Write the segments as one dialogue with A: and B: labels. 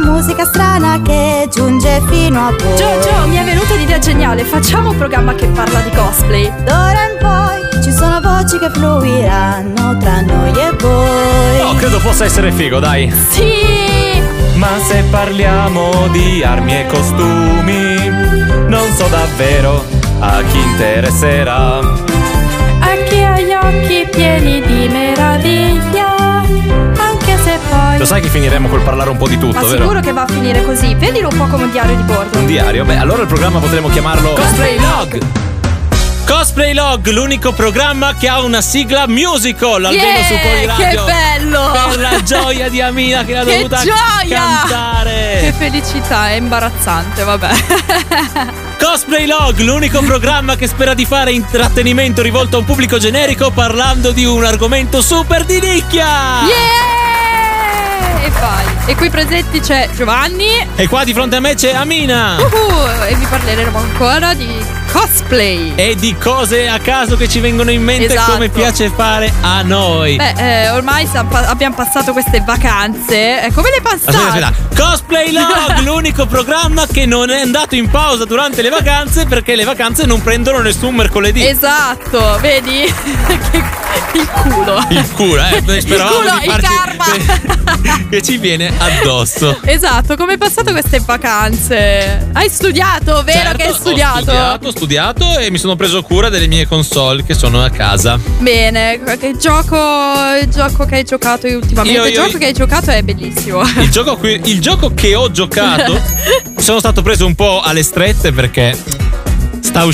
A: musica strana che giunge fino a voi.
B: Giorgio, mi è venuta l'idea geniale, facciamo un programma che parla di cosplay.
A: D'ora in poi ci sono voci che fluiranno tra noi e voi.
C: Oh, credo possa essere figo, dai.
B: Sì!
D: Ma se parliamo di armi e costumi, non so davvero a chi interesserà.
E: A chi ha gli occhi pieni di meraviglia, anche se poi...
C: Lo sai che finiremo col parlare un po' di tutto,
B: Ma
C: vero?
B: sicuro che va a finire così. Vedilo un po' come un diario di bordo.
C: Un diario? Beh, allora il programma potremmo chiamarlo
F: Cosplay Log! Cosplay Log, l'unico programma che ha una sigla musical, almeno
B: Yeah,
F: su
B: che
F: Poliradio.
B: bello!
F: Per la gioia di Amina che l'ha
B: Che
F: dovuta
B: gioia!
F: cantare.
B: Che felicità, è imbarazzante, vabbè.
F: Cosplay Log, l'unico programma che spera di fare intrattenimento rivolto a un pubblico generico parlando di un argomento super di
C: Ah.
F: nicchia.
B: Yeah! E vai. E qui presenti c'è Giovanni.
F: E qua di fronte a me c'è Amina.
B: Uh. Uhu, e vi parleremo ancora di cosplay.
F: E di cose a caso che ci vengono in mente
B: Esatto.
F: come piace fare a noi.
B: Beh, eh, ormai siamo pa- abbiamo passato queste vacanze. Eh, come le passate?
F: Aspetta, aspetta. Cosplay Log, l'unico programma che non è andato in pausa durante le vacanze perché le vacanze non prendono nessun mercoledì.
B: Esatto, vedi? Che- il culo.
F: il culo, eh, noi speravamo
B: culo,
F: di
B: il
F: farci che ci viene addosso.
B: Esatto, come è passato queste vacanze? Hai studiato, vero
F: Certo,
B: che hai
F: Ho
B: studiato?
F: studiato, ho studiato e mi sono preso cura delle mie console che sono a casa.
B: Bene, che gioco, il gioco che hai giocato ultimamente?
F: Io-
B: il
F: io- Eh,
B: gioco che hai giocato è bellissimo.
F: Il gioco, qui- il gioco che ho giocato sono stato preso un po' alle strette perché sta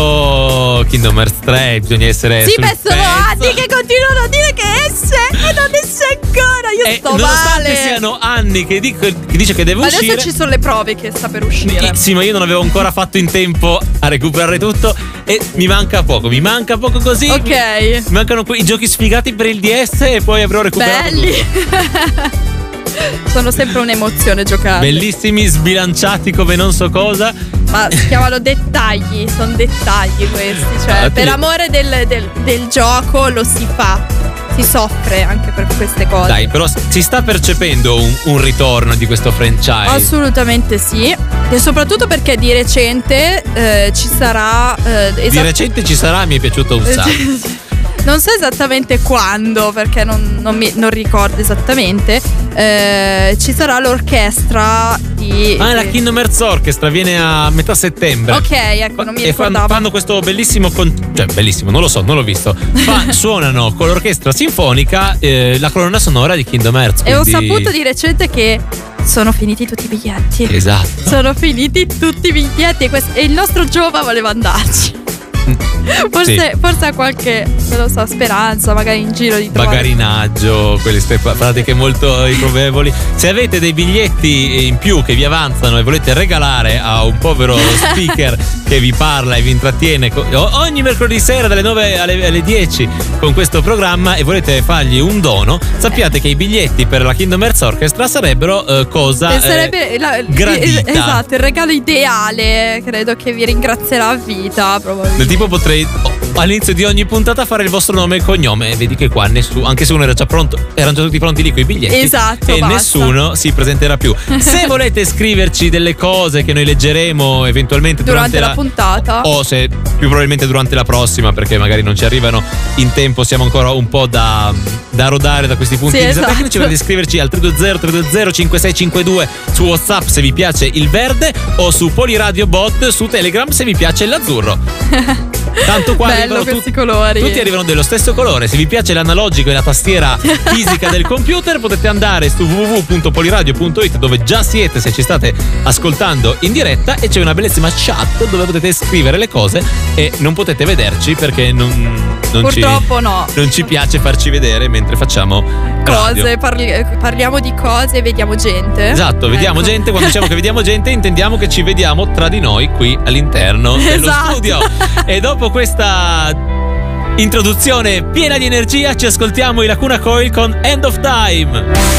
F: uscendo Kingdom Hearts 3, bisogna essere
B: sì,
F: sul
B: beh, sono
F: pezzo.
B: anni che continuano a dire che esce e non esce ancora. Io
F: E
B: sto
F: Eh, nonostante
B: male.
F: siano anni che, dico- che dice che deve
B: Ma
F: uscire
B: adesso ci sono le prove che sta per uscire.
F: Eh, Sì, ma io non avevo ancora fatto in tempo a recuperare tutto e mi manca poco, mi manca poco così.
B: Ok.
F: Mi mancano quei giochi sfigati per il DS e poi avrò recuperato
B: Belli.
F: tutto.
B: sono sempre un'emozione giocare.
F: Bellissimi, sbilanciati come non so cosa.
B: Ma si chiamano dettagli, sono dettagli questi. Cioè,
F: Ah, tu
B: per
F: li-
B: amore del, del- del gioco lo si fa. Si soffre anche per queste cose.
F: Dai, però s- si sta percependo un, un ritorno di questo franchise.
B: Assolutamente sì. E soprattutto perché di recente eh, ci sarà. eh,
F: Di
B: esat-
F: recente ci sarà, mi è piaciuto un sacco.
B: Non so esattamente quando, perché non, non mi, non ricordo esattamente. eh, ci sarà l'orchestra di.
F: Ah, la Kingdom Hearts Orchestra viene a metà settembre.
B: Ok, ecco, non mi
F: e fan-
B: ricordavo.
F: fanno, questo bellissimo con- cioè bellissimo non lo so non l'ho visto Fa- suonano con l'orchestra sinfonica eh, la colonna sonora di Kingdom Hearts
B: E ho
F: quindi-
B: saputo di recente che sono finiti tutti i biglietti.
F: esatto
B: Sono finiti tutti i biglietti e, quest- e il nostro giova voleva andarci.
F: Mm.
B: Forse, forse ha qualche, non lo so, speranza, magari in giro di trovare.
F: bagarinaggio quelle ste pa- pratiche molto ricovevoli se avete dei biglietti in più che vi avanzano e volete regalare a un povero speaker che vi parla e vi intrattiene co- o- ogni mercoledì sera dalle 9 alle, alle 10 con questo programma e volete fargli un dono sappiate che i biglietti per la Kingdom Hearts Orchestra sarebbero eh, cosa
B: E
F: eh,
B: sarebbe la-
F: gradita.
B: eh, esatto, il regalo ideale, credo che vi ringrazierà a vita,
F: Del
B: probabilmente.
F: tipo potrei oh, all'inizio di ogni puntata fare il vostro nome e cognome. E Vedi che qua nessuno, anche se uno era già pronto, erano già tutti pronti lì con i biglietti.
B: Esatto,
F: E
B: basta.
F: nessuno si presenterà più. Se volete scriverci delle cose che noi leggeremo eventualmente durante, Oh,
B: Durante la puntata.
F: O se più probabilmente durante la prossima, perché magari non ci arrivano in tempo, siamo ancora un po' da, da rodare da questi punti
B: Sì,
F: di vista
B: esatto.
F: tecnici. Potete scriverci al 320-320-5652 su WhatsApp se vi piace il verde o su Poliradio Bot su Telegram se vi piace l'azzurro. Tanto qua
B: Bello
F: arrivano
B: questi
F: tut-
B: colori.
F: Tutti arrivano dello stesso colore. Se vi piace l'analogico e la tastiera fisica del computer, potete andare su www.poliradio.it dove già siete se ci state ascoltando in diretta e c'è una bellissima chat dove potete scrivere le cose e non potete vederci perché non, non ci
B: Purtroppo no.
F: non ci piace farci vedere mentre facciamo radio.
B: Cose, parli- parliamo di cose e vediamo gente.
F: Esatto, vediamo
B: Ecco.
F: gente, quando diciamo che vediamo gente intendiamo che ci vediamo tra di noi qui all'interno dello
B: Esatto.
F: studio. E dopo questa introduzione piena di energia ci ascoltiamo i Lacuna Coil con End of Time.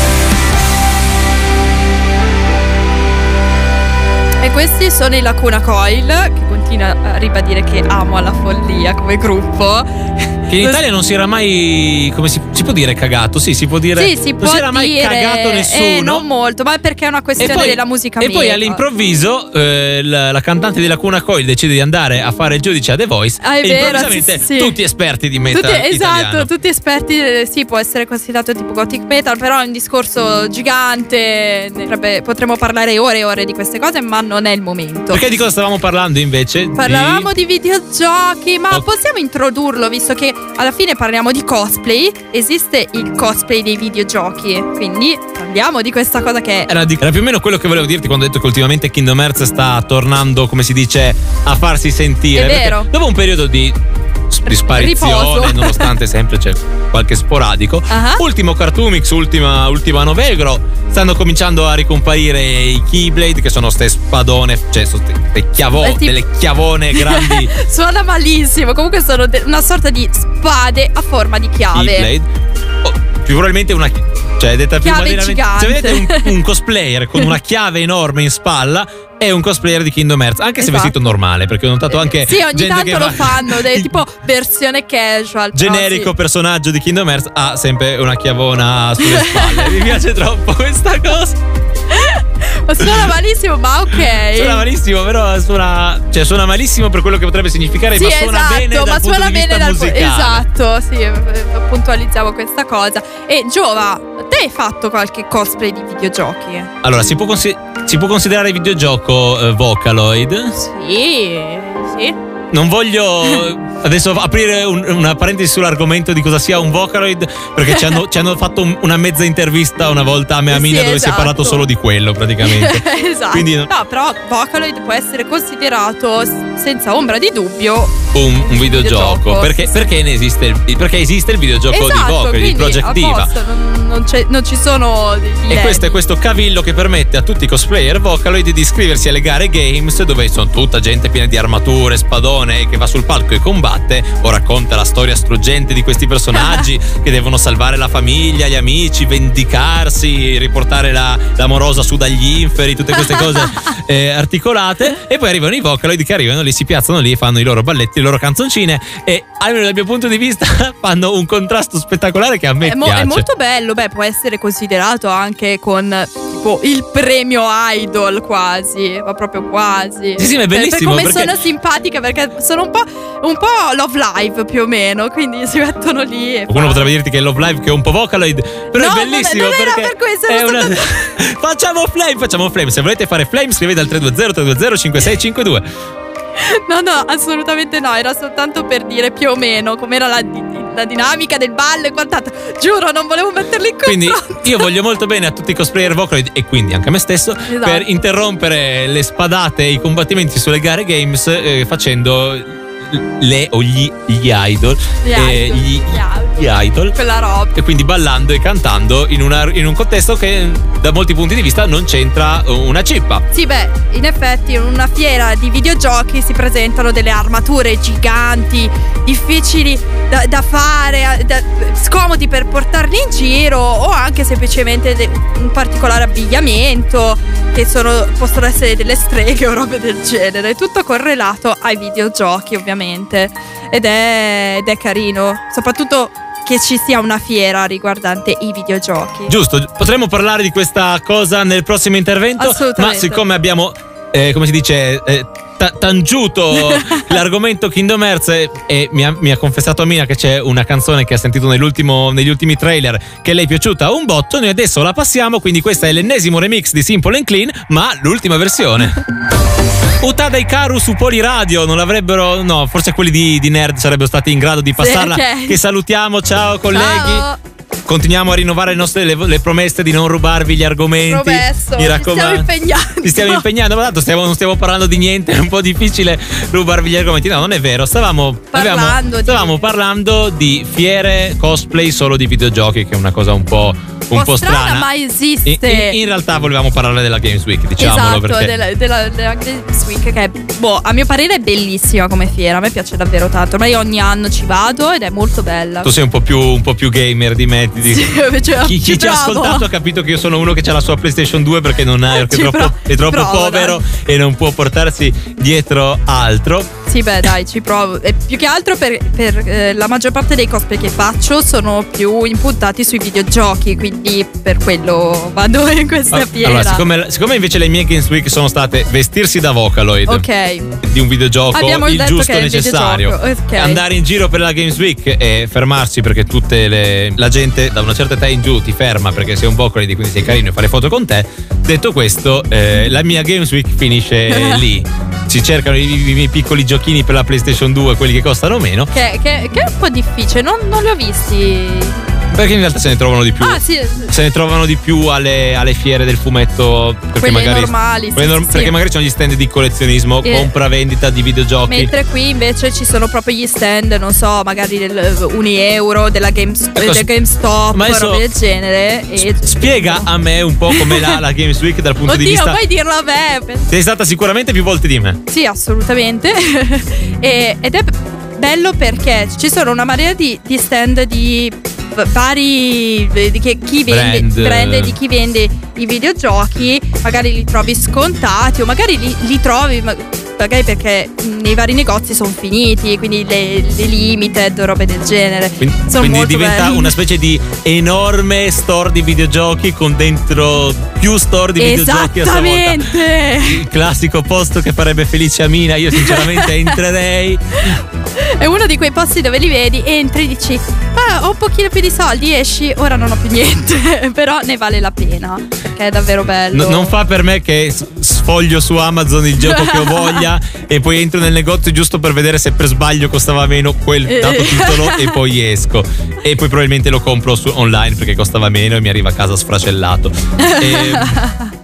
B: E questi sono i Lacuna Coil, che continua a ribadire che amo alla follia come gruppo.
F: Che in Italia non si era mai. Come si, si può dire cagato? Sì, si può dire.
B: Sì, si
F: non
B: può
F: si era mai
B: dire,
F: cagato
B: eh,
F: nessuno.
B: non molto, ma perché è una questione della musica ecco.
F: e poi
B: meta.
F: all'improvviso eh, la, la cantante della Cuna Coil decide di andare a fare il giudice a The Voice
B: Ah, è
F: e
B: vero,
F: improvvisamente
B: sì, sì.
F: tutti esperti di metal
B: Tutti- esatto,
F: italiano.
B: tutti esperti, eh, sì, può essere considerato tipo gothic metal, però è un discorso gigante, ne- potrebbe- potremmo parlare ore e ore di queste cose, ma non è il momento.
F: Perché di cosa stavamo parlando invece? Di-
B: Parlavamo di videogiochi, ma
F: Ok.
B: possiamo introdurlo visto che alla fine parliamo di cosplay, esiste il cosplay dei videogiochi, quindi parliamo di questa cosa che è
F: Era, di- era più o meno quello che volevo dirti quando ho detto che ultimamente Kingdom Hearts sta tornando, come si dice, a farsi sentire.
B: È
F: Perché
B: vero.
F: Dopo un periodo di, s- di sparizione,
B: Riposo.
F: nonostante sempre c'è qualche sporadico.
B: Ah.
F: Ultimo Cartoomix, ultima, ultima Novegro. Stanno cominciando a ricomparire i Keyblade, che sono ste spadone, cioè sono ste, ste chiavo-
B: Eh, tipo-
F: delle chiavone grandi
B: Suona malissimo, comunque sono de- una sorta di spade a forma di chiave.
F: Keyblade. Oh, più probabilmente una. chi- Cioè, detta più
B: Chiave
F: modernamente-
B: gigante.
F: Se vedete un, un cosplayer con una chiave enorme in spalla, è un cosplayer di Kingdom Hearts. Anche se
B: Esatto.
F: vestito normale, perché ho notato anche.
B: Eh, Sì, ogni
F: gente
B: tanto
F: che
B: lo
F: va-
B: fanno, de- tipo versione casual. però
F: Generico
B: sì.
F: personaggio di Kingdom Hearts ha sempre una chiavona sulle spalle. Mi piace troppo questa cosa.
B: Ma Suona malissimo, ma ok.
F: Suona malissimo, però suona. Cioè, suona malissimo per quello che potrebbe significare,
B: Sì,
F: ma suona
B: esatto,
F: bene dal
B: ma
F: punto
B: suona
F: di
B: bene
F: vista
B: dal pu-
F: musicale.
B: Esatto, sì, eh, puntualizziamo questa cosa. E Giova, te hai fatto qualche cosplay di videogiochi?
F: Allora, si può, consi- si può considerare videogioco eh, Vocaloid?
B: Sì, sì.
F: Non voglio adesso aprire un- una parentesi sull'argomento di cosa sia un Vocaloid, perché ci hanno, ci hanno fatto un- una mezza intervista una volta a Mea
B: Sì,
F: Mina dove si è
B: esatto.
F: parlato solo di quello praticamente.
B: esatto.
F: Quindi-
B: No, però Vocaloid può essere considerato s- senza ombra di dubbio
F: Un, un videogioco.
B: Videogioco,
F: Perché,
B: sì, sì.
F: perché ne esiste il, perché esiste il videogioco
B: esatto,
F: di Vocaloid,
B: quindi
F: il Project Diva.
B: apposta, non, non c'è- non ci sono degli
F: E questo
B: limiti.
F: è questo cavillo che permette a tutti i cosplayer Vocaloid di iscriversi alle gare games dove sono tutta gente piena di armature, spadone che va sul palco e combatte o racconta la storia struggente di questi personaggi che devono salvare la famiglia, gli amici, vendicarsi, riportare la, l'amorosa su dagli inferi, tutte queste cose eh, articolate e poi arrivano i Vocaloid che arrivano lì, si piazzano lì, fanno i loro balletti, le loro canzoncine e almeno dal mio punto di vista fanno un contrasto spettacolare che a me
B: È, mo- è
F: piace.
B: molto bello, beh, può essere considerato anche con eh, tipo il premio idol quasi, ma proprio quasi.
F: Sì, sì, ma
B: Cioè, Per-
F: è bellissimo,
B: Per, come
F: perché-
B: sono simpatica, perché sono un po', un po' love live più o meno, quindi si mettono lì e
F: Qualcuno
B: fanno-
F: potrebbe dirti che è Love Live che è un po' Vocaloid, però
B: No,
F: è bellissimo
B: non è- non era
F: perché
B: per questo,
F: è
B: era
F: una- facciamo flame, facciamo flame. Se volete fare flame scrivete al 320 320 5652.
B: No, no, assolutamente no, era soltanto per dire più o meno com'era la, di- la dinamica del ballo e quant'altro. Giuro, non volevo metterli in
F: Quindi
B: confronto.
F: io voglio molto bene a tutti i cosplayer Vocaloid e quindi anche a me stesso
B: Esatto.
F: per interrompere le spadate e i combattimenti sulle gare games eh, facendo le o gli, gli idol,
B: Esatto, Gli
F: eh,
B: idol,
F: gli-
B: gli idol.
F: gli idol
B: Quella roba.
F: e quindi ballando e cantando in, una- in un contesto che da molti punti di vista non c'entra una cippa.
B: Sì, beh, in effetti in una fiera di videogiochi si presentano delle armature giganti, difficili da, da fare, da- scomodi per portarli in giro o anche semplicemente de- un particolare abbigliamento che sono- possono essere delle streghe o robe del genere. Tutto correlato ai videogiochi ovviamente ed è, ed è carino, soprattutto che ci sia una fiera riguardante i videogiochi.
F: Giusto, potremmo parlare di questa cosa nel prossimo intervento, ma
B: Assolutamente.
F: siccome abbiamo, eh, come si dice, eh, ta- tangiuto l'argomento Kingdom Hearts e, e mi, ha, mi ha confessato Amina che c'è una canzone che ha sentito nell'ultimo- negli ultimi trailer che le è piaciuta un botto, noi adesso la passiamo, quindi questo è l'ennesimo remix di Simple and Clean, ma l'ultima versione. Utada Ikaru su Poliradio non l'avrebbero, no, forse quelli di, di Nerd sarebbero stati in grado di passarla.
B: ok.
F: Che salutiamo, ciao colleghi.
B: Ciao.
F: Continuiamo a rinnovare le nostre le, le promesse di non rubarvi gli argomenti.
B: Promesso,
F: Mi
B: ci
F: raccomando.
B: stiamo impegnando.
F: Ci stiamo impegnando, ma tanto stiamo- non stiamo parlando di niente, è un po' difficile rubarvi gli argomenti. No, non è vero, stavamo
B: Parlando
F: avevamo-
B: di-
F: stavamo parlando di fiere cosplay solo di videogiochi, che è una cosa un po', un po' strana.
B: ma esiste.
F: in, in- in realtà volevamo parlare della Games Week, diciamolo
B: esatto,
F: perché
B: della, della, della Games Week che è, boh, a mio parere è bellissima come fiera, a me piace davvero tanto, ormai ogni anno ci vado ed è molto bella.
F: tu sei un po' più, un po' più gamer di me. Ti,
B: Sì, cioè,
F: chi, chi ci ha
B: provo.
F: ascoltato ha capito che io sono uno che ha la sua PlayStation 2 perché non ha,
B: Ah,
F: perché è
B: Ci
F: troppo,
B: pro-
F: è troppo
B: provo,
F: povero e non può portarsi dietro altro.
B: Sì, beh, dai, ci provo. E più che altro per, per, eh, la maggior parte dei cosplay che faccio sono più impuntati sui videogiochi, quindi per quello vado in questa
F: Ah,
B: fiera.
F: Allora, siccome, siccome invece le mie Games Week sono state vestirsi da Vocaloid
B: ok.
F: di un videogioco,
B: Abbiamo
F: il
B: detto
F: giusto
B: che è il
F: necessario,
B: videogioco, ok.
F: andare in giro per la Games Week e fermarsi perché tutte le- la gente da una certa età in giù ti ferma perché sei un Vocaloid e quindi sei carino e fare foto con te. Detto questo, eh, la mia Games Week finisce eh, lì. Si cercano i, i miei piccoli giochini per la PlayStation 2, quelli che costano meno,
B: Che, che- che è un po' difficile, non, non li ho visti.
F: perché in realtà se ne trovano di più.
B: Ah, sì.
F: se ne trovano di più alle, alle fiere del fumetto perché
B: Quelle
F: magari
B: normali, sì,
F: quelle norm-
B: sì, sì.
F: perché magari c'hanno gli stand di collezionismo
B: Eh.
F: compravendita di videogiochi
B: Mentre qui invece ci sono proprio gli stand, non so, magari del Unieuro, della Games,
F: Ecco,
B: del GameStop,
F: ma adesso-
B: robe del genere. E
F: S- spiega a me un po' com'è la, la Games Week dal punto
B: Oddio,
F: di vista
B: puoi dirlo a me.
F: sei stata sicuramente più volte di me
B: Sì, assolutamente. E- ed è bello perché ci sono una marea di, di stand di v- vari di che- chi vende
F: Brand.
B: di chi vende i videogiochi magari li trovi scontati o magari li, li trovi ma- magari perché nei vari negozi sono finiti quindi le, le limited robe del genere
F: quindi,
B: Sono
F: quindi
B: molto
F: diventa
B: belli.
F: una specie di enorme store di videogiochi con dentro più store di videogiochi a sua volta
B: esattamente
F: il classico posto che farebbe felice Amina io sinceramente entrerei
B: è uno di quei posti dove li vedi, entri e dici: Ah, ho un pochino più di soldi, esci, ora non ho più niente. Però ne vale la pena. Perché è davvero bello.
F: No- non fa per me che s- sfoglio su Amazon il gioco che ho voglia e poi entro nel negozio giusto per vedere se per sbaglio costava meno quel dato
B: Eh.
F: titolo e poi esco. E poi probabilmente lo compro su- online perché costava meno e mi arriva a casa sfracellato. E-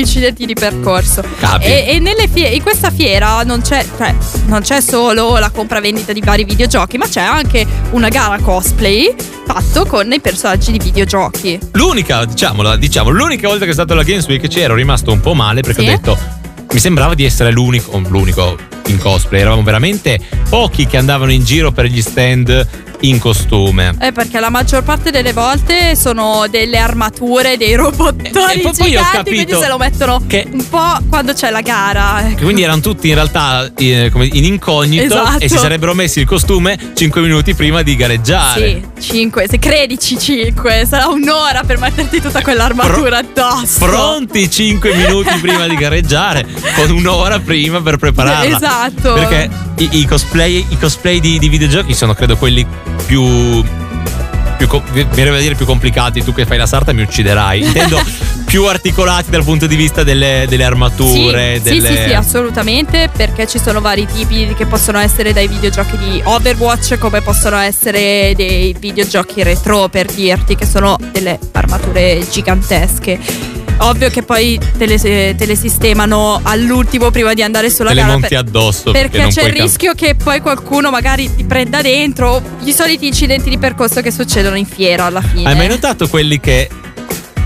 B: incidenti di percorso.
F: Capi.
B: E, e nelle fie- in questa fiera non c'è, cioè, non c'è solo la compravendita di vari videogiochi, ma c'è anche una gara cosplay fatto con i personaggi di videogiochi.
F: l'unica, diciamola, diciamo, l'unica volta che è stata la Games Week ci ero rimasto un po' male perché
B: Sì?
F: ho detto. Mi sembrava di essere l'unico, l'unico in cosplay. Eravamo veramente pochi che andavano in giro per gli stand in costume.
B: Eh, perché la maggior parte delle volte sono delle armature, dei robottoni
F: E- e Eh, poi- poi ho
B: giganti,
F: capito
B: quindi se lo mettono
F: che-
B: un po' quando c'è la gara. ecco.
F: Che Quindi erano tutti in realtà eh, come in incognito
B: Esatto.
F: e si sarebbero messi il costume 5 minuti prima di gareggiare.
B: Sì, 5, se credici 5, sarà un'ora per metterti tutta quell'armatura addosso.
F: Pronti 5 minuti prima di gareggiare, con un'ora prima per prepararla.
B: Esatto.
F: Perché i, i cosplay, i cosplay di, di videogiochi sono credo quelli più. più co- mi verrebbe da dire più complicati. Tu che fai la sarta mi ucciderai. Intendo più articolati dal punto di vista delle, delle armature.
B: sì,
F: delle...
B: sì, sì, sì, assolutamente, perché ci sono vari tipi che possono essere dai videogiochi di Overwatch, come possono essere dei videogiochi retro, per dirti, che sono delle armature gigantesche. Ovvio che poi te le, te le sistemano all'ultimo prima di andare sulla
F: Te le
B: gara.
F: monti
B: per-
F: addosso perché,
B: perché
F: non
B: c'è
F: puoi
B: il
F: cam-
B: rischio che poi qualcuno magari ti prenda dentro gli soliti incidenti di percorso che succedono in fiera alla fine.
F: Hai mai notato quelli che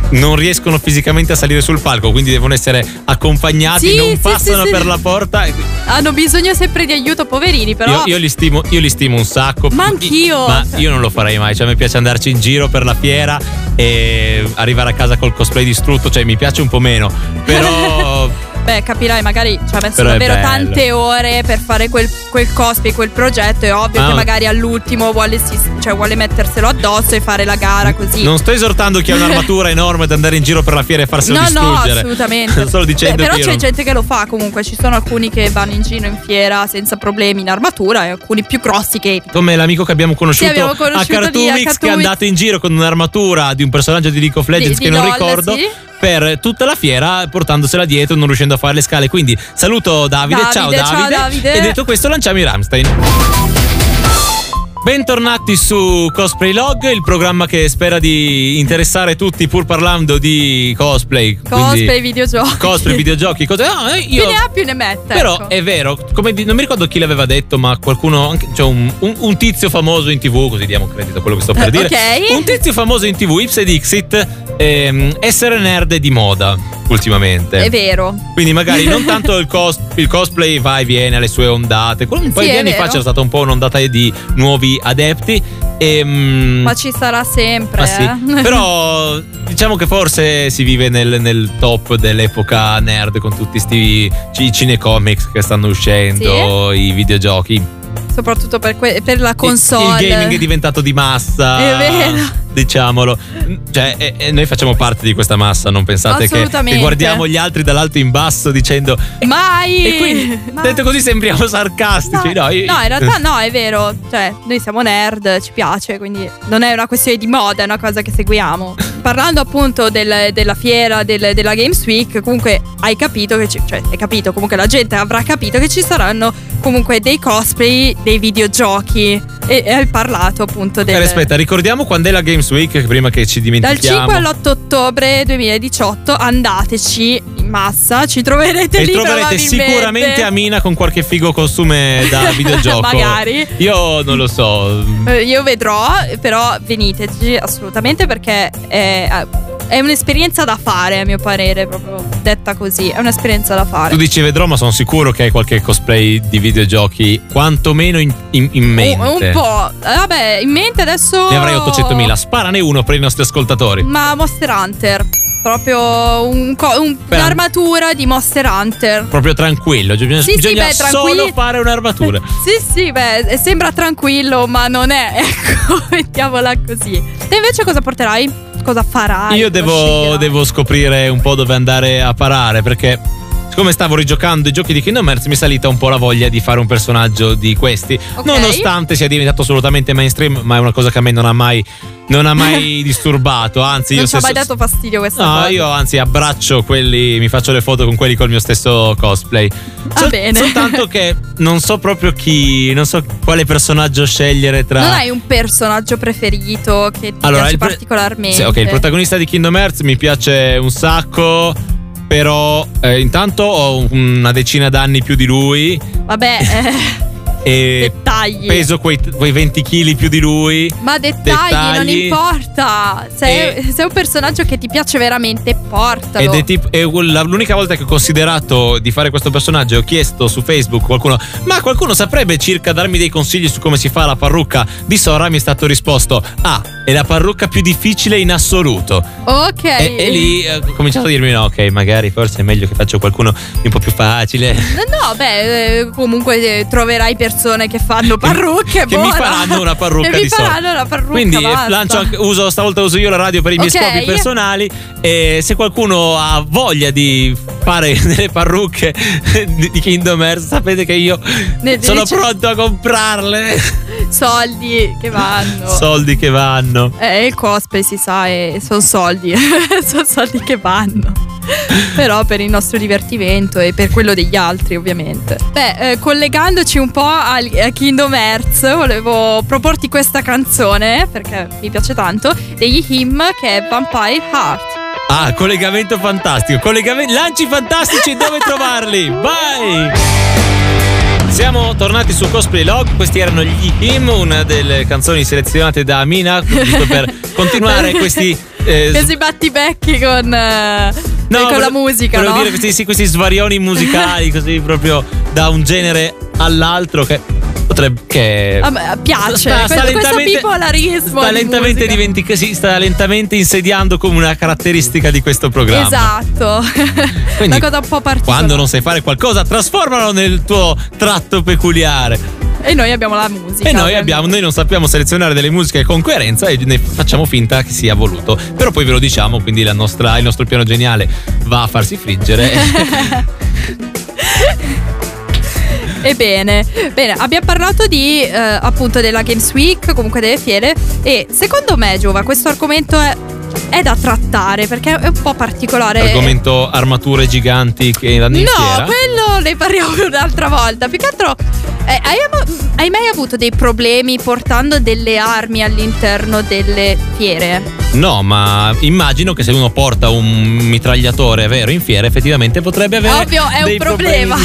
F: non riescono fisicamente a salire sul palco, quindi devono essere accompagnati,
B: Sì,
F: non
B: sì,
F: passano
B: sì, sì.
F: per la porta?
B: Hanno bisogno sempre di aiuto, poverini, però.
F: Io, io li stimo, io li stimo un sacco.
B: Ma anch'io.
F: Ma io non lo farei mai, cioè a me piace andarci in giro per la fiera e arrivare a casa col cosplay distrutto, cioè mi piace un po' meno, però
B: Beh, capirai, magari ci ha messo
F: Però è
B: davvero
F: bello.
B: tante ore per fare quel, quel cosplay, quel progetto. È ovvio
F: Ah,
B: che
F: ma-
B: magari all'ultimo vuole, si- cioè, vuole metterselo addosso e fare la gara così.
F: non sto esortando chi ha un'armatura enorme ad andare in giro per la fiera e farselo
B: No, no,
F: distruggere.
B: assolutamente.
F: Solo dicendo
B: Beh, però
F: che io
B: c'è
F: non-
B: gente che lo fa comunque. Ci sono alcuni che vanno in giro in fiera senza problemi in armatura e alcuni più grossi che
F: come l'amico che abbiamo conosciuto,
B: abbiamo conosciuto lì, a
F: a Cartoonix che è
B: Cartoonix.
F: andato in giro con un'armatura di un personaggio di League of Legends
B: Di-
F: che
B: di
F: non
B: LOL,
F: ricordo
B: sì.
F: per tutta la fiera portandosela dietro non riuscendo a fare le scale quindi saluto Davide,
B: Davide,
F: ciao,
B: ciao,
F: Davide.
B: Davide.
F: e detto questo lanciamo i Ramstein Bentornati su Cosplay Log, il programma che spera di interessare tutti pur parlando di cosplay.
B: cosplay,
F: quindi
B: videogiochi.
F: cosplay, videogiochi, cose. No, eh, io
B: Chi ne ha più ne mette.
F: però
B: ecco.
F: è vero, come di- non mi ricordo chi l'aveva detto, ma qualcuno, anche- cioè un, un- un tizio famoso in tv, così diamo credito a quello che sto per
B: Eh,
F: dire.
B: ok.
F: Un tizio famoso in tv, Ips ed Ixit, ehm, essere nerd è di moda. ultimamente.
B: È vero.
F: Quindi magari non tanto il, cos- il cosplay va e viene alle sue ondate. Quello un paio
B: Sì,
F: di
B: è
F: anni fa
B: vero.
F: c'era stata un po' un'ondata di nuovi adepti. E, mm,
B: Ma ci sarà sempre.
F: ma Ah, sì.
B: eh.
F: Però diciamo che forse si vive nel, nel top dell'epoca nerd con tutti questi ci- cinecomics che stanno uscendo, i videogiochi. Il-
B: Soprattutto per, que- per la console.
F: Il, gaming è diventato di massa.
B: È vero.
F: Diciamolo. Cioè, e- e noi facciamo parte di questa massa, non pensate che, che
B: Assolutamente.
F: guardiamo gli altri dall'alto in basso dicendo
B: Mai!
F: e quindi,
B: Ma-
F: detto così, sembriamo sarcastici. No, io-
B: in realtà no, è vero. Cioè, noi siamo nerd, ci piace, quindi non è una questione di moda, è una cosa che seguiamo. Parlando appunto del- della fiera, del- della Games Week, comunque hai capito che ci, cioè, hai capito, comunque la gente avrà capito che ci saranno comunque dei cosplay dei videogiochi. E, e hai parlato appunto del.
F: Eh, aspetta, ricordiamo quando è la Games Week, prima che ci
B: Dal 5
F: dimentichiamo.
B: all'8 ottobre 2018 andateci in massa, ci troverete
F: e
B: lì
F: troverete sicuramente
B: a
F: Amina con qualche figo costume da videogioco.
B: Magari.
F: Io non lo so.
B: Eh, Io vedrò, però veniteci assolutamente perché è, è un'esperienza da fare, a mio parere, proprio detta così. È un'esperienza da fare.
F: Tu dici vedrò, ma sono sicuro che hai qualche cosplay di videogiochi, quantomeno in, in- in
B: Un,
F: mente.
B: un po'. Eh, Vabbè, in mente adesso.
F: Ne avrai 800.000. Sparane uno per i nostri ascoltatori.
B: Ma Monster Hunter. Proprio un co- un-
F: Beh.
B: un'armatura di Monster Hunter.
F: Proprio tranquillo. Bisogna,
B: Sì, sì,
F: bisogna
B: beh,
F: solo
B: tranquilli.
F: fare un'armatura.
B: Sì, sì, beh, sembra tranquillo, ma non è. Ecco, mettiamola così. Te invece cosa porterai? Cosa farai?
F: Io
B: Cosa
F: devo,
B: sceglierai?
F: devo scoprire un po' dove andare a parare perché. Siccome stavo rigiocando i giochi di Kingdom Hearts, mi è salita un po' la voglia di fare un personaggio di questi.
B: Ok.
F: Nonostante sia diventato assolutamente mainstream, ma è una cosa che a me non ha mai, non ha mai disturbato. Anzi,
B: Non
F: io
B: ci ha
F: stesso-
B: mai dato fastidio questa
F: No,
B: cosa.
F: io anzi abbraccio quelli, mi faccio le foto con quelli col mio stesso cosplay.
B: Va bene.
F: Soltanto che non so proprio chi, non so quale personaggio scegliere tra.
B: Non hai un personaggio preferito che ti
F: Allora,
B: piace
F: il pre-
B: particolarmente?
F: Sì, ok, il protagonista di Kingdom Hearts mi piace un sacco. Però eh, intanto ho una decina d'anni più di lui.
B: Vabbè, eh,
F: E
B: dettagli.
F: peso quei, quei 20 kg più di lui.
B: Ma dettagli, non
F: dettagli.
B: importa. Se,
F: E-
B: se è un personaggio che ti piace veramente, portalo.
F: Ed è tipo- è la- l'unica volta che ho considerato di fare questo personaggio, ho chiesto su Facebook a qualcuno: Ma qualcuno saprebbe circa darmi dei consigli su come si fa la parrucca di Sora? Mi è stato risposto: Ah, è la parrucca più difficile in assoluto.
B: ok.
F: E, e lì eh, ho cominciato a dirmi: No, ok, magari forse è meglio che faccio qualcuno un po' più facile.
B: No, beh, eh, comunque eh, troverai persone che fanno parrucche.
F: Che mi
B: buona.
F: faranno una parrucca
B: Che mi
F: di Sora.
B: faranno una parrucca.
F: Quindi eh,
B: basta.
F: lancio anche- uso, stavolta uso io la radio per i miei
B: Ok.
F: scopi personali. E se qualcuno ha voglia di fare delle parrucche di di Kingdom Hearts, sapete che io
B: Ne-
F: sono
B: dice-
F: pronto a comprarle.
B: Soldi che vanno.
F: Soldi che vanno.
B: Eh, il cosplay si sa, sono soldi, sono soldi che vanno. Però per il nostro divertimento e per quello degli altri, ovviamente. Beh, eh, collegandoci un po' al- a Kingdom Hearts, volevo proporti questa canzone, perché mi piace tanto, degli Him che è Vampire Heart.
F: Ah, collegamento fantastico. Collegame- lanci fantastici, dove trovarli? Vai! Siamo tornati su Cosplay Log, questi erano gli Him, una delle canzoni selezionate da Amina, giusto per continuare questi... eh,
B: Questi battibecchi con, eh, con la
F: volevo-
B: musica,
F: volevo
B: no?
F: dire questi, sì, questi svarioni musicali, così proprio da un genere all'altro che potrebbe. Che
B: Ah, beh, piace,
F: sta, sta
B: questo- questo
F: lentamente-
B: bipolarismo
F: Sta
B: di
F: lentamente,
B: musica.
F: diventica- sì, sta lentamente insediando come una caratteristica di questo programma.
B: Esatto,
F: Quindi,
B: una cosa un po' particolare.
F: Quando non sai fare qualcosa, trasformalo nel tuo tratto peculiare.
B: E noi abbiamo la musica.
F: e noi,
B: ovviamente.
F: abbiamo, noi non sappiamo selezionare delle musiche con coerenza e ne facciamo finta che sia voluto. Però poi ve lo diciamo, quindi la nostra- il nostro piano geniale va a farsi friggere.
B: Ebbene, bene, abbiamo parlato di eh, appunto della Games Week, comunque delle fiere. E secondo me, Giova, questo argomento è, è da trattare perché è un po' particolare.
F: Argomento armature giganti che vanno in
B: No,
F: fiera.
B: quello ne parliamo un'altra volta. Più che altro, eh, hai, am- hai mai avuto dei problemi portando delle armi all'interno delle fiere?
F: No, ma immagino che se uno porta un mitragliatore vero in fiera, effettivamente potrebbe avere
B: Ovvio, è un
F: dei problemi
B: problema.
F: di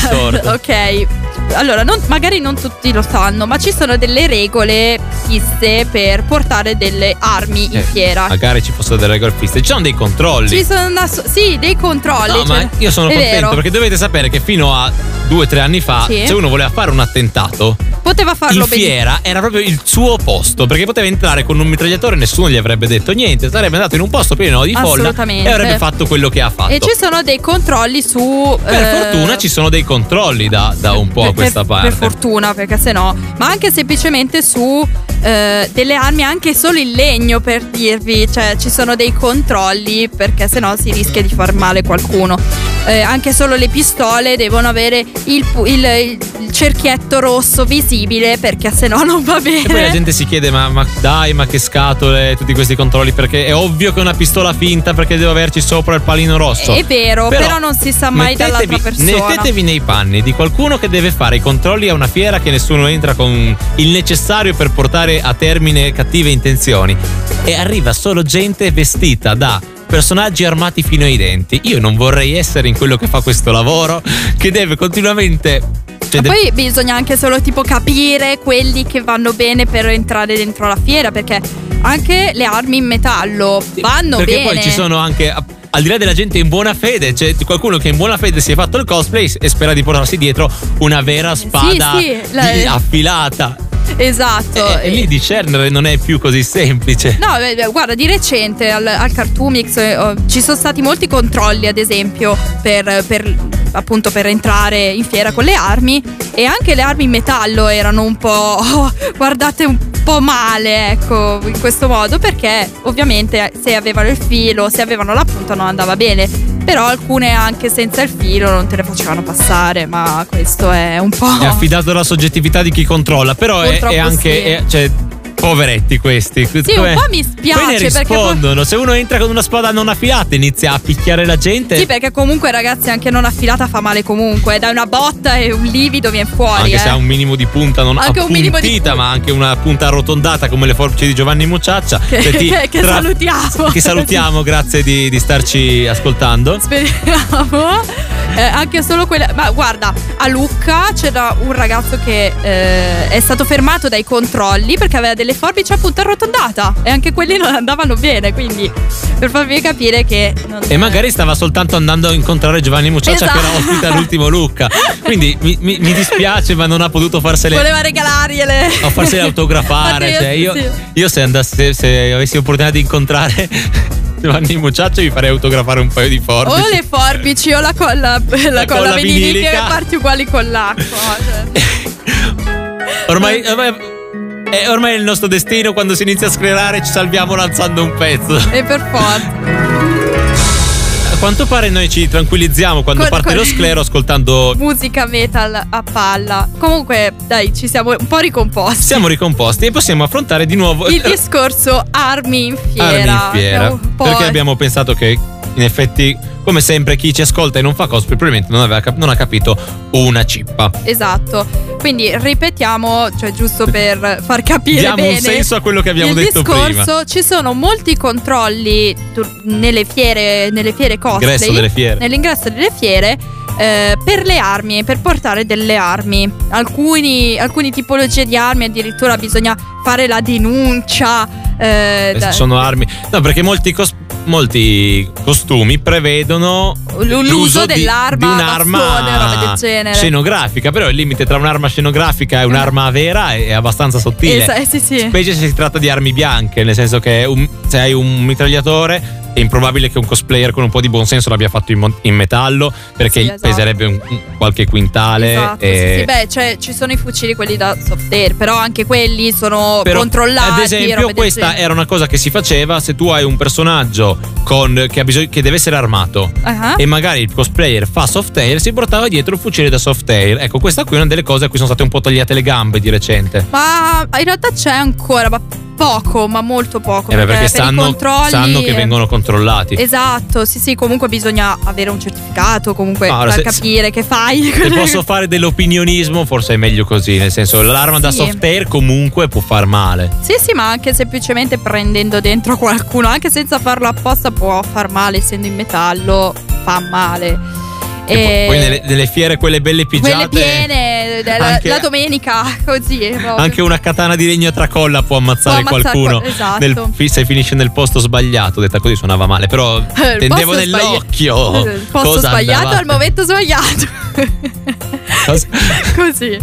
F: sorta.
B: ok. allora, non- magari non tutti lo sanno, ma ci sono delle regole fisse per portare delle armi in
F: Eh,
B: fiera.
F: Magari ci fossero delle regole fisse. Ci sono dei controlli.
B: Ci sono una so- sì, dei controlli.
F: No,
B: cioè-
F: ma io sono
B: è
F: contento
B: vero.
F: perché dovete sapere che fino a due o tre anni fa,
B: Sì.
F: se uno voleva fare un attentato,
B: poteva farlo
F: in fiera era proprio il suo posto perché poteva entrare con un mitragliatore e nessuno gli avrebbe detto niente. Sarebbe andato in un posto pieno di folla e
B: Assolutamente.
F: avrebbe fatto quello che ha fatto.
B: benissimo. E ci sono dei controlli su. eh,
F: per fortuna ci sono dei controlli da, da un po' a questa
B: per,
F: parte.
B: Per fortuna, perché se no. Ma anche semplicemente su eh, delle armi, anche solo in legno per dirvi. Cioè, ci sono dei controlli perché se no si rischia di far male qualcuno. Eh, anche solo le pistole devono avere il, pu- il- il cerchietto rosso visibile perché se no non va bene.
F: E poi la gente si chiede: ma, ma dai, ma che scatole, tutti questi controlli? Perché è ovvio che è una pistola finta perché deve averci sopra il palino rosso.
B: È vero, però, non si sa mai dall'altra
F: mettetevi-
B: persona.
F: Mettetevi nei panni di qualcuno che deve fare i controlli a una fiera che nessuno entra con il necessario per portare a termine cattive intenzioni. E arriva solo gente vestita da personaggi armati fino ai denti. Io non vorrei essere in quello che fa questo lavoro, che deve continuamente. cioè,
B: Ma poi
F: deve-
B: bisogna anche solo tipo capire quelli che vanno bene per entrare dentro la fiera perché anche le armi in metallo vanno
F: perché
B: bene.
F: poi ci sono anche a- al di là della gente in buona fede c'è qualcuno che in buona fede si è fatto il cosplay e spera di portarsi dietro una vera spada
B: sì, la-
F: di- affilata
B: Esatto.
F: e, e Eh, lì discernere non è più così semplice
B: No, beh, beh, guarda, di recente al, al Cartoomix eh, oh, ci sono stati molti controlli, ad esempio, per, per- appunto per entrare in fiera con le armi e anche le armi in metallo erano un po' guardate un po' male, ecco, in questo modo, perché ovviamente se avevano il filo, se avevano la punta non andava bene, però alcune anche senza il filo non te le facevano passare, ma questo è un po'
F: è affidato alla soggettività di chi controlla però è,
B: Purtroppo
F: è anche
B: sì.
F: è- cioè, poveretti questi
B: Sì, un po' mi spiace
F: poi ne
B: perché poi-
F: rispondono se uno entra con una spada non affilata inizia a picchiare la gente
B: Sì, perché comunque, ragazzi, anche non affilata fa male comunque. Dai una botta e un livido viene fuori.
F: anche se
B: eh.
F: ha un minimo di punta non
B: Anche un minimo di
F: appuntita, ma anche una punta arrotondata come le forbici di Giovanni Mucciaccia
B: Che-
F: Cioè, ti-
B: eh. che- che salutiamo.
F: che salutiamo grazie di, di starci ascoltando
B: Speriamo. Eh, anche solo quella. Ma guarda, a Lucca c'era un ragazzo che eh, è stato fermato dai controlli perché aveva delle forbici a punta arrotondata. E anche quelli non andavano bene. Quindi, per farvi capire che. non-
F: e magari stava soltanto andando a incontrare Giovanni Mucciaccia
B: Esatto.
F: che era ospite all'ultimo Lucca quindi mi, mi- mi dispiace ma non ha potuto farsele
B: Voleva regalargliele.
F: o farsele autografare
B: Oddio,
F: cioè, io,
B: sì.
F: io se, andassi, se avessi l'opportunità di incontrare Giovanni Mucciaccia vi farei autografare un paio di forbici
B: O le forbici o la colla, la colla
F: La colla
B: vinilica
F: vinilica.
B: e parti uguali con l'acqua. cioè.
F: Ormai, ormai, è ormai il nostro destino. Quando si inizia a sclerare, ci salviamo lanzando un pezzo.
B: E per forza.
F: A quanto pare noi ci tranquillizziamo quando
B: Con-
F: parte
B: con-
F: lo sclero ascoltando.
B: Musica metal a palla. Comunque, dai, ci siamo un po' ricomposti.
F: Siamo ricomposti e possiamo affrontare di nuovo Ah,
B: Il discorso armi in fiera.
F: Armi in fiera.
B: Abbiamo un po'-
F: Perché abbiamo pensato che, in effetti, come sempre, chi ci ascolta e non fa cosplay probabilmente non, aveva cap- non ha capito una cippa.
B: Esatto. Quindi ripetiamo, cioè giusto per far capire
F: Diamo
B: bene.
F: un senso a quello che abbiamo
B: il
F: detto
B: discorso,
F: prima.
B: ci sono molti controlli tu- nelle fiere, nelle fiere cosplay.
F: Ingresso delle fiere.
B: nell'ingresso delle fiere eh, per le armi, per portare delle armi. Alcuni, alcune tipologie di armi addirittura bisogna fare la denuncia. eh,
F: Eh,
B: da-
F: sono armi. No, perché molti, cos- molti costumi prevedono
B: L- l'uso
F: di-
B: dell'arma
F: di un'arma
B: bastone, robe del genere.
F: scenografica. Però il limite tra un'arma scenografica e un'arma vera è, è abbastanza sottile.
B: Esa- eh, sì, sì.
F: Specie se si tratta di armi bianche, nel senso che un- se hai un mitragliatore. È improbabile che un cosplayer con un po' di buonsenso l'abbia fatto in, mon- in metallo perché
B: Sì,
F: gli
B: esatto.
F: peserebbe un- un- qualche quintale.
B: Esatto,
F: e-
B: sì, sì, beh, cioè, ci sono i fucili quelli da soft air, però anche quelli sono
F: Però,
B: controllati.
F: Ad
B: robe
F: esempio,
B: del
F: questa
B: genere.
F: era una cosa che si faceva se tu hai un personaggio con- che, ha bisogno- che deve essere armato.
B: Ah.
F: E magari il cosplayer fa soft air, si portava dietro il fucile da soft air. Ecco, questa qui è una delle cose a cui sono state un po' tagliate le gambe di recente.
B: Ma ah, in realtà c'è ancora, ma poco, ma molto poco.
F: Eh beh, perché
B: per i
F: sanno,
B: controlli-
F: sanno che vengono controllati.
B: Esatto, sì, sì, comunque bisogna avere un certificato, comunque
F: Ma allora,
B: far
F: Ah, se-
B: capire che fai.
F: Se posso fare dell'opinionismo, forse è meglio così. Nel senso, l'arma da
B: Sì.
F: soft air comunque può far male.
B: Sì, sì, ma anche semplicemente prendendo dentro qualcuno, anche senza farlo apposta, può far male, essendo in metallo, fa male. E-
F: Poi nelle, nelle fiere quelle belle
B: Eh. quelle
F: pigiate.
B: piene la- la,
F: anche-
B: la domenica così eh, proprio.
F: Anche una katana di legno a tracolla può ammazzare,
B: Può ammazzare
F: qualcuno.
B: qual- esatto.
F: nel- fi- se finisce nel posto sbagliato, detta così suonava male, però
B: Eh, il
F: tendevo
B: posto sbagli-
F: nell'occhio.
B: Il Posto
F: Cosa
B: sbagliato
F: andavate?
B: al momento sbagliato.
F: Cosa-
B: Così.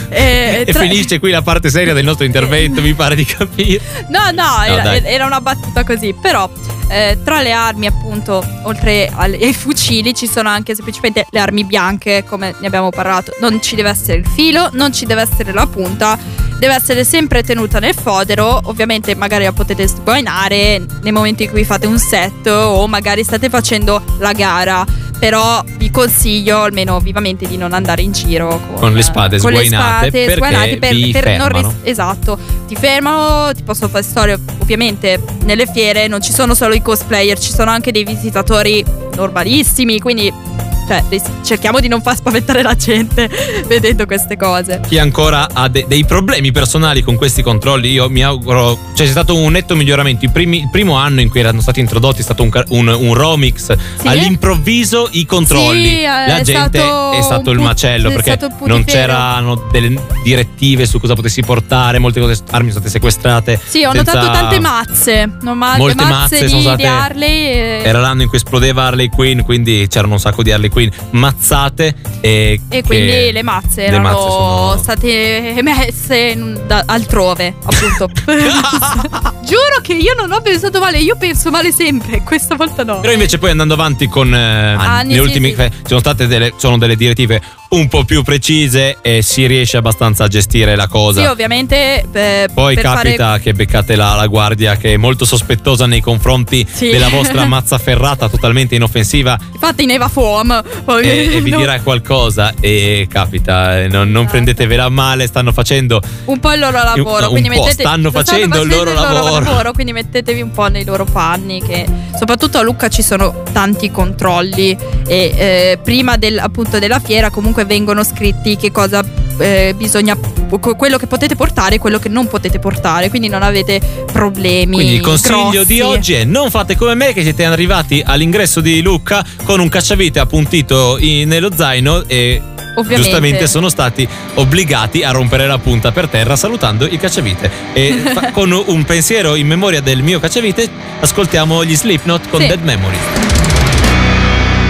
B: E,
F: E
B: eh, tra-
F: finisce qui la parte seria del nostro intervento, mi pare di capire.
B: No, no, era,
F: dai.
B: era una battuta così. Però eh, tra le armi, appunto, oltre al- ai fucili, ci sono anche semplicemente le armi bianche, come ne abbiamo parlato. Non ci deve essere il filo, non ci deve essere la punta. Deve essere sempre tenuta nel fodero, ovviamente magari la potete sguainare nei momenti in cui fate un set o magari state facendo la gara, però vi consiglio almeno vivamente di non andare in giro con,
F: Con le spade
B: con le
F: sguainate,
B: spade
F: perché
B: sguainate
F: vi
B: non
F: fermano.
B: esatto, ti fermano, ti possono fare storie. Ovviamente nelle fiere non ci sono solo i cosplayer, ci sono anche dei visitatori normalissimi, quindi cioè, ris- cerchiamo di non far spaventare la gente vedendo queste cose.
F: chi ancora ha de- dei problemi personali con questi controlli, io mi auguro. Cioè, c'è stato un netto miglioramento. I primi- il primo anno in cui erano stati introdotti è stato un, car- un- un Romix. All'improvviso i controlli.
B: Sì, eh,
F: La
B: è
F: gente
B: stato
F: è stato
B: un
F: il
B: put-
F: macello
B: è
F: perché
B: stato un putifero.
F: non c'erano delle direttive su cosa potessi portare, molte cose, armi sono state sequestrate.
B: Sì, ho
F: senza-
B: notato tante mazze, no, ma-
F: Molte mazze
B: mazze, di,
F: sono state-
B: di Harley. eh, e-
F: Era l'anno in cui esplodeva Harley Quinn, quindi c'erano un sacco di Harley Quinn mazzate e,
B: E
F: che-
B: quindi le mazze
F: le
B: erano
F: mazze sono-
B: state emesse in- da- altrove, appunto. Giuro che io non ho pensato male, io penso male sempre, questa volta no.
F: Però invece poi andando avanti con eh,
B: Anni,
F: le
B: Ah, sì,
F: ultime
B: sì.
F: cioè, ci sono state delle, sono delle direttive un po' più precise e si riesce abbastanza a gestire la cosa.
B: Sì, ovviamente. eh,
F: poi
B: per fare-
F: capita che beccate la, la guardia che è molto sospettosa nei confronti
B: Sì.
F: della vostra mazza ferrata totalmente inoffensiva
B: Infatti, in Eva Foam. poi-
F: e, e vi
B: no,
F: dirà qualcosa e capita, eh, non, non
B: Esatto.
F: prendetevela male, stanno facendo
B: un po' il loro lavoro.
F: un
B: quindi
F: po',
B: mettete-
F: stanno facendo il loro lavoro.
B: Quindi mettetevi un po' nei loro panni. Che soprattutto a Lucca ci sono tanti controlli. E eh, prima del- appunto della fiera, comunque vengono scritti che cosa eh, bisogna. co- quello che potete portare e quello che non potete portare. Quindi non avete problemi.
F: Quindi il consiglio
B: grossi.
F: di oggi è non fate come me che siete arrivati all'ingresso di Lucca con un cacciavite appuntito in- nello zaino e
B: Ovviamente.
F: giustamente sono stati obbligati a rompere la punta per terra salutando il cacciavite. E fa- con un pensiero in memoria del mio cacciavite ascoltiamo gli Slipknot con
B: Sì.
F: Dead Memory.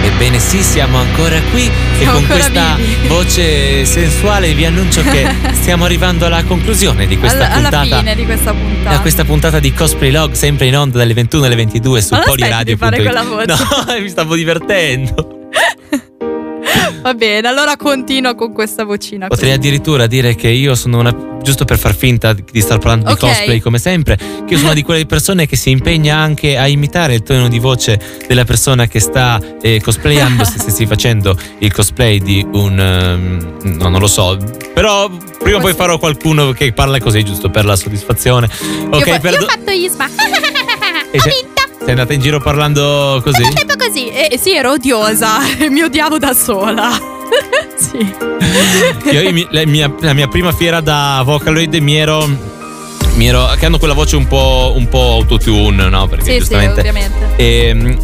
F: Ebbene sì, siamo ancora qui
B: Siamo
F: e con
B: ancora
F: questa
B: vivi.
F: voce sensuale vi annuncio che stiamo arrivando alla conclusione di questa
B: alla, alla
F: puntata
B: fine di questa puntata.
F: a questa puntata di Cosplay Log, sempre in onda dalle 21 alle 22 su
B: Ma non smetti di
F: Poliradio.
B: fare quella voce.
F: No, mi stavo divertendo.
B: Va bene, allora continuo con questa vocina. così.
F: Potrei addirittura dire che io sono una. Giusto per far finta di star parlando
B: Ok.
F: di cosplay come sempre, che io sono di quelle persone che si impegna anche a imitare il tono di voce della persona che sta eh, cosplayando, se stessi facendo il cosplay di un... ehm, no, non lo so, però prima o poi
B: Così.
F: farò qualcuno che parla così giusto per la soddisfazione. Ok,
B: io, fa-
F: perdo-
B: io ho fatto Isma.
F: E
B: Ho
F: se-
B: vinto.
F: Sei andata in giro parlando così?
B: Sono sempre così. E e sì, ero odiosa. Mi odiavo da sola. sì.
F: Io- io mi- la, mia, la mia prima fiera da Vocaloid mi ero. mi ero- che hanno quella voce un po', un po' autotune, no? Perché
B: Sì, sì,
F: giustamente.
B: ovviamente.
F: Ehm,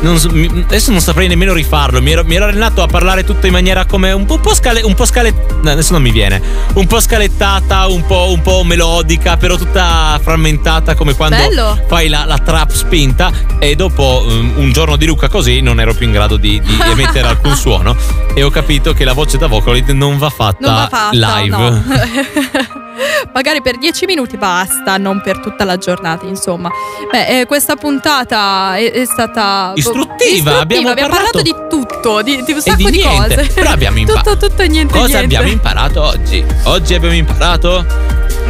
F: non so- mi- adesso non saprei nemmeno rifarlo. Mi ero, mi ero allenato a parlare tutto in maniera come un po', un po' scale- un po' scale- no, Adesso non mi viene. Un po' scalettata, un po', un po' melodica, però tutta frammentata come quando
B: Bello.
F: fai la, la trap spinta. E dopo um, un giorno di Lucca così non ero più in grado di, di emettere alcun suono. E ho capito che la voce da Vocaloid non va fatta,
B: Non va fatta.
F: live.
B: no. Magari per dieci minuti basta, non per tutta la giornata, insomma. Beh, eh, questa puntata è, è stata boh,
F: Istruttiva,
B: istruttiva,
F: abbiamo parlato-
B: di tutto, di, di un
F: E
B: sacco
F: di niente,
B: cose.
F: però abbiamo imparato.
B: Tutto, tutto e niente.
F: Cosa
B: niente.
F: abbiamo imparato oggi? Oggi abbiamo imparato.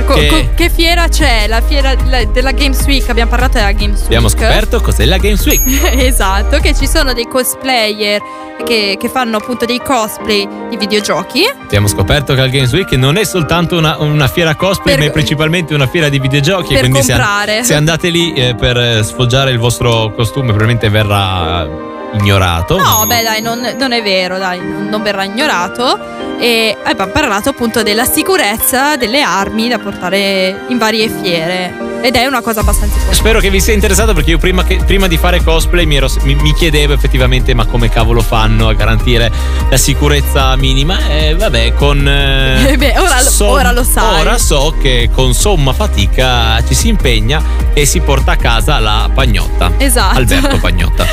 B: Co- co-
F: Che-
B: che... fiera c'è? La fiera la- della Games Week, abbiamo parlato della Games
F: Abbiamo
B: Week.
F: scoperto cos'è la Games Week.
B: esatto, che ci sono dei cosplayer che, che fanno appunto dei cosplay di videogiochi.
F: Abbiamo scoperto che al Games Week non è soltanto una, una fiera cosplay,
B: Per-
F: ma è principalmente una fiera di videogiochi.
B: Per
F: quindi se-
B: comprare.
F: Se, andate lì eh, per eh, sfoggiare il vostro costume, probabilmente verrà ignorato.
B: No, beh, dai, non, non è vero, dai, non, non verrà ignorato. E abbiamo parlato appunto della sicurezza delle armi da portare in varie fiere. Ed è una cosa abbastanza importante.
F: Spero che vi sia interessato perché io prima, che- prima di fare cosplay mi, ero- mi- mi chiedevo effettivamente ma come cavolo fanno a garantire la sicurezza minima e vabbè con... eh,
B: Eh beh, ora lo- ora lo sai.
F: Ora so che con somma fatica ci si impegna e si porta a casa la pagnotta.
B: Esatto.
F: Alberto Pagnotta.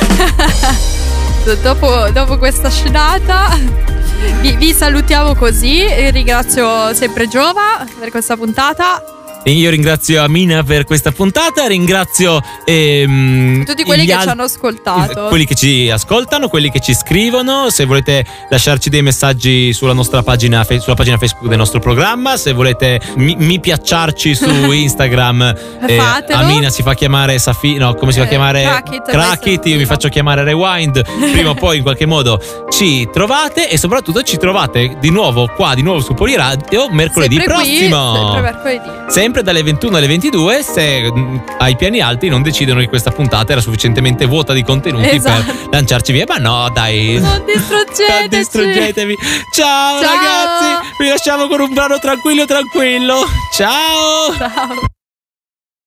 B: dopo, dopo questa scenata vi, vi salutiamo così. E Ringrazio sempre Giova per questa puntata.
F: E Io ringrazio Amina per questa puntata, ringrazio ehm,
B: Tutti quelli
F: gli
B: che
F: al-
B: ci hanno ascoltato.
F: Quelli che ci ascoltano, quelli che ci scrivono, se volete lasciarci dei messaggi sulla nostra pagina, fe- sulla pagina Facebook del nostro programma, se volete mi, mi piacciarci su Instagram,
B: Fatelo.
F: eh, Amina si fa chiamare Safi, no, come si fa
B: Eh,
F: chiamare?
B: Crackit,
F: Crackit,
B: questo-
F: io mi faccio chiamare Rewind, prima o poi in qualche modo ci trovate e soprattutto ci trovate di nuovo qua, di nuovo su Poliradio mercoledì
B: sempre
F: prossimo.
B: Qui, sempre mercoledì.
F: Sempre dalle 21 alle 22 se mh, ai piani alti non decidono che questa puntata era sufficientemente vuota di contenuti
B: Esatto.
F: per lanciarci via. Ma no, dai.
B: Non
F: Non
B: distruggeteci.
F: distruggetevi.
B: Ciao.
F: Ciao, ragazzi. Vi lasciamo con un brano tranquillo tranquillo. Ciao.
B: Ciao.